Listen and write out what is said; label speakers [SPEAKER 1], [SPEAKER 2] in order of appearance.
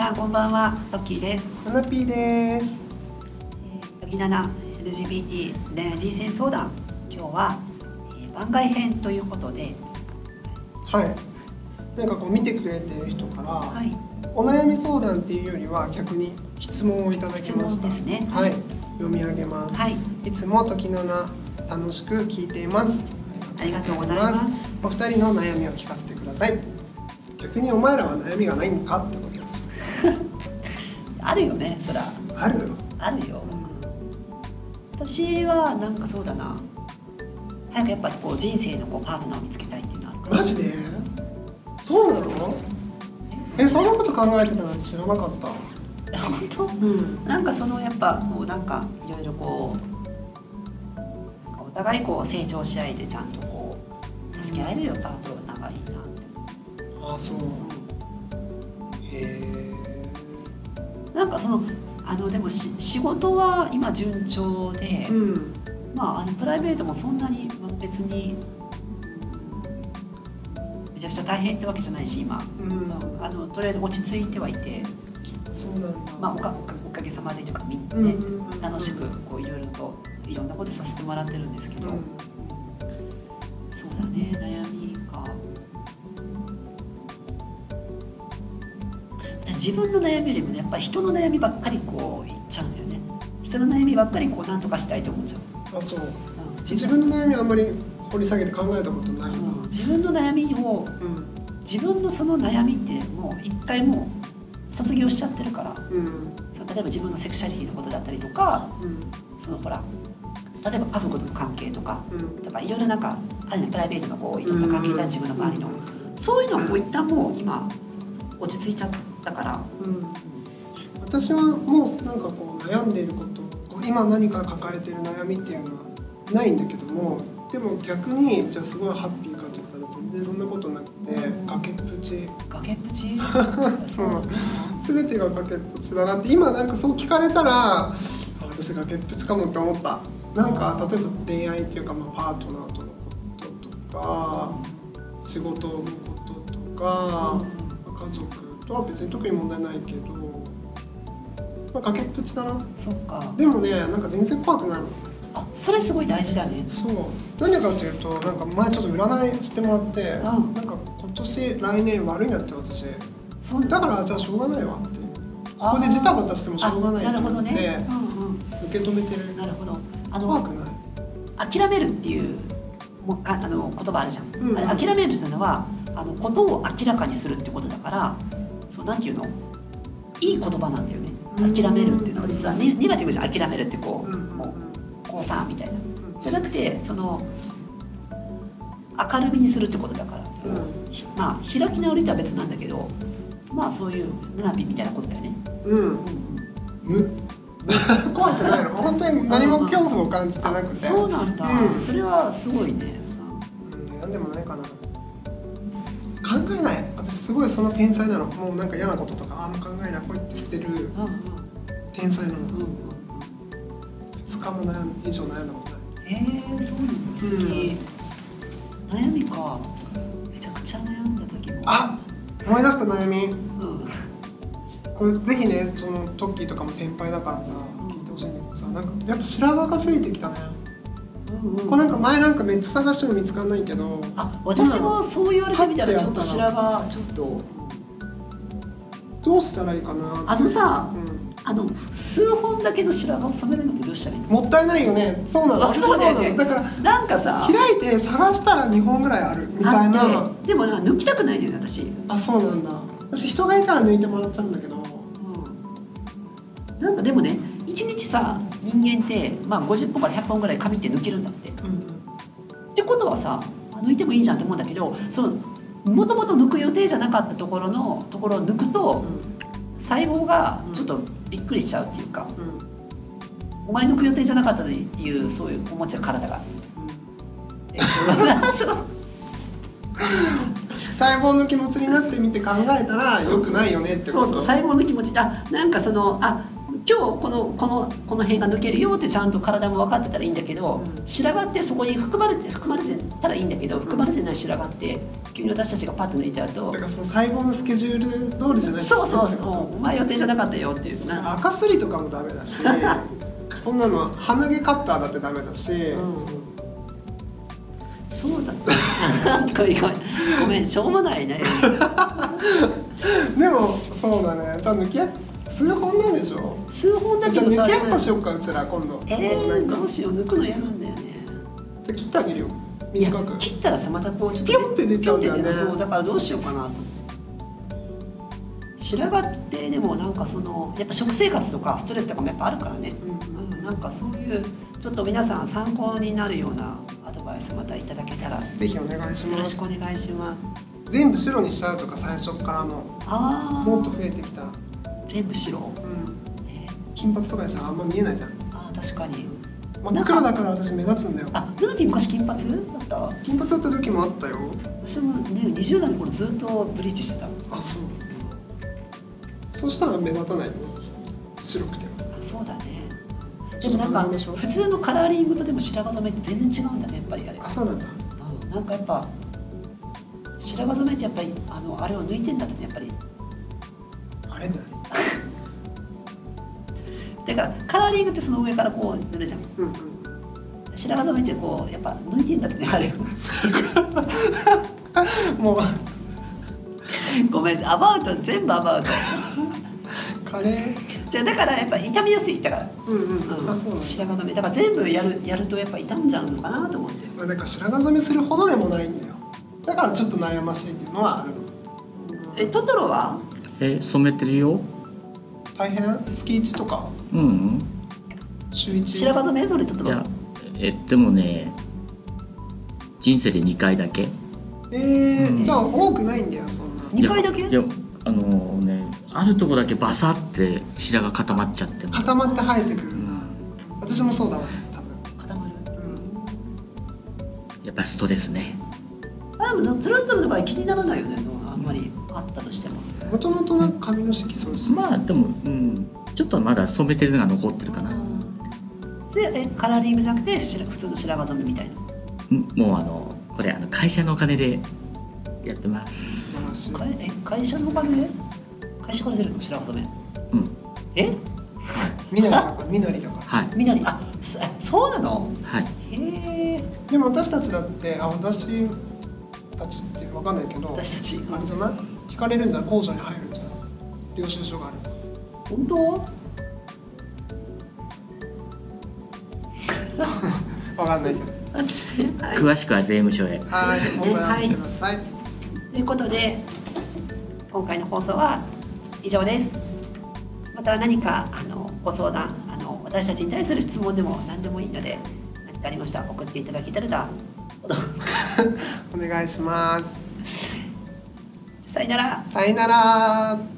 [SPEAKER 1] あ、こんばんは、トッキーです。
[SPEAKER 2] 花ピーです。
[SPEAKER 1] えー、ナ LGBT 恋愛人生相談。今日は、えー番外編ということで、
[SPEAKER 2] はい。なんかこう見てくれてる人から、
[SPEAKER 1] はい、
[SPEAKER 2] お悩み相談っていうよりは逆に質問をいただき
[SPEAKER 1] 質
[SPEAKER 2] まし
[SPEAKER 1] 問
[SPEAKER 2] た。
[SPEAKER 1] ですね。
[SPEAKER 2] はい。読み上げます。
[SPEAKER 1] はい、
[SPEAKER 2] い、つも時のな楽しく聞いています。
[SPEAKER 1] ありがとうございます。
[SPEAKER 2] お二人の悩みを聞かせてください。逆にお前らは悩みがないのかってこと
[SPEAKER 1] あるよね、そら、
[SPEAKER 2] あるよ。
[SPEAKER 1] あるよ。私は、なんかそうだな。早くやっぱこう人生のこうパートナーを見つけたいっていうのはあるから。
[SPEAKER 2] マジで？そうなの？え、そんなこと考えてたなんて知らなかっ た。
[SPEAKER 1] 本当。
[SPEAKER 2] うん。
[SPEAKER 1] なんかそのやっぱもうなんかいろいろこうなんかお互いこう成長し合いでちゃんとこう助け合えるよパートナーがいいなって
[SPEAKER 2] あ、そう。へえ。
[SPEAKER 1] なんかそのあのでもし仕事は今順調で、
[SPEAKER 2] うん、
[SPEAKER 1] まああのプライベートもそんなにまあ別にめちゃくちゃ大変ってわけじゃないし今、
[SPEAKER 2] うん、
[SPEAKER 1] あのとりあえず落ち着いてはいて、
[SPEAKER 2] そうなんだ。
[SPEAKER 1] まあ、おかおかげさまでというかみんな
[SPEAKER 2] うん
[SPEAKER 1] ね、
[SPEAKER 2] うんうん
[SPEAKER 1] 楽しくこういろいろといろんなことさせてもらってるんですけ
[SPEAKER 2] う
[SPEAKER 1] ど。
[SPEAKER 2] ん
[SPEAKER 1] そうだね悩みか私自分の悩みよりもねやっぱり人の悩みばっかりこう言っちゃうんだよね人の悩みばっかりこうなんとかしたいと思っちゃう、
[SPEAKER 2] あ、そう。
[SPEAKER 1] うん
[SPEAKER 2] 自分の悩みあんまり掘り下げて考えたことないな。
[SPEAKER 1] うん自分の悩みを
[SPEAKER 2] うん、
[SPEAKER 1] 自分のその悩みってもう一回もう卒業しちゃってるから
[SPEAKER 2] うん、
[SPEAKER 1] そう例えば自分のセクシャリティのことだったりとか
[SPEAKER 2] うん、
[SPEAKER 1] そのほら例えば家族との関係とか
[SPEAKER 2] うん。
[SPEAKER 1] とかいろいろなんかあるねプライベートのこういろんな関係だ自分の周りの。そういうのも一旦もう今落ち着いちゃったから、
[SPEAKER 2] うん。私はもうなんかこう悩んでいること、こう今何か抱えている悩みっていうのはないんだけども、でも逆にじゃあすごいハッピーかと言ったら全然そんなことなくて崖っぷち。
[SPEAKER 1] 崖っぷち
[SPEAKER 2] そう全てが崖っぷちだなって今なんかそう聞かれたらあ私崖っぷちかもって思ったなんか例えば恋愛っていうか、まあ、パートナーとのこととか仕事のこととか家族とは別に特に問題ないけど、まあ、崖っぷちだな
[SPEAKER 1] そっか
[SPEAKER 2] でもねなんか全然怖くないの
[SPEAKER 1] あそれすごい大事だね
[SPEAKER 2] そうなんでかっていうとなんか前ちょっと占いしてもらって、
[SPEAKER 1] ん
[SPEAKER 2] なんか今年来年悪いなって私
[SPEAKER 1] そう
[SPEAKER 2] だからじゃあしょうがないわってここでジタバタしてもしょうがない
[SPEAKER 1] あな
[SPEAKER 2] と
[SPEAKER 1] るほ
[SPEAKER 2] 思
[SPEAKER 1] ど
[SPEAKER 2] って、
[SPEAKER 1] ね、うん
[SPEAKER 2] 受け止めてる
[SPEAKER 1] うん、なるほどあ
[SPEAKER 2] 怖
[SPEAKER 1] の
[SPEAKER 2] くない
[SPEAKER 1] 諦めるっていうもうかあの言葉あるじゃん、
[SPEAKER 2] うん
[SPEAKER 1] あれ諦めるっていうのはあのことを明らかにするってことだからそうなんていうのいい言葉なんだよね
[SPEAKER 2] うん
[SPEAKER 1] 諦めるっていうのは実はネネガティブじゃん諦めるってこう、
[SPEAKER 2] うん
[SPEAKER 1] もうこうさみたいなじ
[SPEAKER 2] じ
[SPEAKER 1] ゃ
[SPEAKER 2] ゃ
[SPEAKER 1] なくてその明るみにするってことだから、
[SPEAKER 2] うん
[SPEAKER 1] ひまあ開き直りとは別なんだけどまあそういうナナピみたいなことだよね、
[SPEAKER 2] うん無怖くないの 本当に何も恐怖を感じてなくて
[SPEAKER 1] そうなんだ、
[SPEAKER 2] うん
[SPEAKER 1] それはすごいね
[SPEAKER 2] うん悩んでもないかな考えない私すごいそんな天才なのもうなんか嫌なこととかあんま考えないこいって捨てる
[SPEAKER 1] うんうん
[SPEAKER 2] 天才なの
[SPEAKER 1] うんうん
[SPEAKER 2] 2日も悩ん以上悩んだことない
[SPEAKER 1] えー、そうなんだ好き、悩みかめちゃくちゃ悩んだ時も
[SPEAKER 2] あ思い出した悩み
[SPEAKER 1] うん
[SPEAKER 2] これぜひねそのトッキーとかも先輩だからさ聞いてほしいんだけどさなんかやっぱ白髪が増えてきたね、
[SPEAKER 1] うんうん
[SPEAKER 2] これなんか前なんかめっちゃ探しても見つかんないけど
[SPEAKER 1] あ私もそう言われてみたらちょっと
[SPEAKER 2] パッて
[SPEAKER 1] 白
[SPEAKER 2] や
[SPEAKER 1] 髪ちょっと
[SPEAKER 2] どうしたらいいかな
[SPEAKER 1] あのさ
[SPEAKER 2] うん
[SPEAKER 1] あの数本だけの白髪を染めるのってどうしたらいいの
[SPEAKER 2] もったいないよねそうなの
[SPEAKER 1] あそうだよね
[SPEAKER 2] 私もそうなのだから
[SPEAKER 1] なんかさ
[SPEAKER 2] 開いて探したら2本ぐらいあるみたい
[SPEAKER 1] あ
[SPEAKER 2] な
[SPEAKER 1] ってでもなんか抜きたくないのよね私、うん、
[SPEAKER 2] あそうなんだ私人がいたら抜いてもらっちゃうんだけど
[SPEAKER 1] なんかでもね一日さ人間って、まあ、50本から100本ぐらい髪って抜けるんだってっ
[SPEAKER 2] うん
[SPEAKER 1] てことはさ抜いてもいいじゃんって思うんだけどそのもともと抜く予定じゃなかったところのところを抜くと細胞がちょっとびっくりしちゃうっていうか、
[SPEAKER 2] うん
[SPEAKER 1] お前抜く予定じゃなかったのにっていうそういう思っちゃう体 が。 えっとそう
[SPEAKER 2] 細胞の気持ちになってみて考えたら
[SPEAKER 1] そうそう
[SPEAKER 2] よくないよねって
[SPEAKER 1] そ
[SPEAKER 2] こ
[SPEAKER 1] うそう
[SPEAKER 2] と
[SPEAKER 1] 細胞の気持ちだなんかそのあ今日このこのこの辺が抜けるよってちゃんと体も分かってたらいいんだけど、
[SPEAKER 3] うん
[SPEAKER 1] 白髪ってそこに含まれて含まれてたらいいんだけど含まれてない白髪って急に私たちがパッと抜いちゃうと
[SPEAKER 2] だからその細胞のスケジュール通りじゃない
[SPEAKER 1] そうそう
[SPEAKER 2] って
[SPEAKER 1] そう
[SPEAKER 2] こと
[SPEAKER 1] もうお前予定じゃなかったよっていうな
[SPEAKER 2] 赤すりとかもダメ だしそんなのは鼻毛カッターだってダメだし、
[SPEAKER 1] そうだ ごめんごめんごめんしょうもない ね
[SPEAKER 2] でもそうだねじゃあ抜きや数本なんでしょ
[SPEAKER 1] 数本だ
[SPEAKER 2] じ
[SPEAKER 1] け
[SPEAKER 2] ゃ
[SPEAKER 1] どさ
[SPEAKER 2] あ抜きやっぱしよっかうちら今度、
[SPEAKER 1] え
[SPEAKER 2] な
[SPEAKER 1] ー、
[SPEAKER 2] んか
[SPEAKER 1] どうしよう抜くの嫌なんだよね
[SPEAKER 2] じゃあ切ってあげるよ
[SPEAKER 1] いや
[SPEAKER 2] 短く
[SPEAKER 1] 切ったらさまたこうちょっと
[SPEAKER 2] ピョンって出ちゃうんだよね
[SPEAKER 1] ピョンって出そうだからどうしようかなと白髪ってでもなんかそのやっぱ食生活とかストレスとかもやっぱあるからね、うん、なんかそういうちょっと皆さん参考になるようなアドバイスまたいただけたらよ
[SPEAKER 2] ぜひお願いしま
[SPEAKER 1] ろし
[SPEAKER 2] す
[SPEAKER 1] くお願いします
[SPEAKER 2] 全部白にしちゃうとか最初からも
[SPEAKER 1] あ
[SPEAKER 2] もっ
[SPEAKER 1] あ
[SPEAKER 2] と増えてきたら、う
[SPEAKER 1] 全部白
[SPEAKER 2] ん、
[SPEAKER 1] えー
[SPEAKER 2] 金髪とかにしたらあんま見えないじゃん
[SPEAKER 1] あー確かに
[SPEAKER 2] 真っ黒だから私目立つんだよ
[SPEAKER 1] あルナピー昔金髪だった
[SPEAKER 2] 金髪だった時もあったよ
[SPEAKER 1] 私もね20代の頃ずっとブリーチしてたあ
[SPEAKER 2] あそうそうしたら目立たないの白くても
[SPEAKER 1] そうだね
[SPEAKER 2] ち
[SPEAKER 1] で
[SPEAKER 2] ょっ
[SPEAKER 1] も
[SPEAKER 2] と
[SPEAKER 1] なんか
[SPEAKER 2] 考えましょう
[SPEAKER 1] 普通のカラーリングとでも白髪染めって全然違うんだねやっぱりあれ
[SPEAKER 2] あそうなんだ
[SPEAKER 1] うんなんかやっぱ白髪染めってやっぱりあのあれを抜いてんだってねやっぱり
[SPEAKER 2] あれだ
[SPEAKER 1] だからカラーリングってその上からこう塗るじゃん
[SPEAKER 2] うんうん
[SPEAKER 1] 白髪染めってこうやっぱ抜いてんだってねあれを
[SPEAKER 2] もう
[SPEAKER 1] ごめんアバウト全部アバウト
[SPEAKER 2] カレー
[SPEAKER 1] じゃあだからやっぱ傷みやすいだから、
[SPEAKER 2] うんうん、
[SPEAKER 1] うん、
[SPEAKER 2] あそうなんだ
[SPEAKER 1] 白髪染めだから全部やるやるとやっぱ傷んじゃうのかなと思って
[SPEAKER 2] まあなんか白髪染めするほどでもないんだよだからちょっと悩ましいっていうのはあるの
[SPEAKER 1] えトトロは
[SPEAKER 4] え染めてるよ
[SPEAKER 2] 大変月1とか
[SPEAKER 4] うん
[SPEAKER 2] 週1
[SPEAKER 1] 白髪染めそれトト
[SPEAKER 4] い
[SPEAKER 1] ロ
[SPEAKER 4] やえでもね人生で2回だけ
[SPEAKER 2] えー
[SPEAKER 4] うん
[SPEAKER 2] じゃあ多くないんだよそんな
[SPEAKER 1] 二回だけ
[SPEAKER 4] いやいやあのねあるとこだけバサって白髪固まっちゃっても
[SPEAKER 2] 固まって生えてく
[SPEAKER 4] う
[SPEAKER 2] るな、
[SPEAKER 4] ん
[SPEAKER 2] 私もそうだわ多分
[SPEAKER 1] 固まる
[SPEAKER 4] やっぱストレスね
[SPEAKER 1] あでもトラトルの場合気にならないよねあんまりあったとしても
[SPEAKER 2] もともとなんか髪の色素です
[SPEAKER 4] まあでもうんちょっとまだ染めてるのが残ってるかな
[SPEAKER 1] でえカラーリングじゃなくて白普通の白髪染めみたいな
[SPEAKER 4] うんもうあのこれあの会社のお金でやってます
[SPEAKER 2] 素晴らしい
[SPEAKER 1] かえ会社のお金で会社から出るの白髪染
[SPEAKER 4] うん
[SPEAKER 1] めえ
[SPEAKER 2] みなりだからみなりだから
[SPEAKER 4] はい
[SPEAKER 1] みなりあそあそうなの
[SPEAKER 4] はい
[SPEAKER 1] へえ
[SPEAKER 2] でも私たちだってあ私たちってわかんないけど
[SPEAKER 1] 私たち
[SPEAKER 2] あれじゃない引かれるんじゃない工場に入るんじゃない領収書がある
[SPEAKER 1] 本当
[SPEAKER 2] わかんないけど
[SPEAKER 4] 詳しくは税務署へ
[SPEAKER 2] はい
[SPEAKER 1] そうですね
[SPEAKER 2] お問い合わせください、
[SPEAKER 1] ということで今回の放送は以上ですまた何かあのご相談あの私たちに対する質問でも何でもいいので何かありましたら送っていただけたらと
[SPEAKER 2] お願いします
[SPEAKER 1] さよなら
[SPEAKER 2] さよなら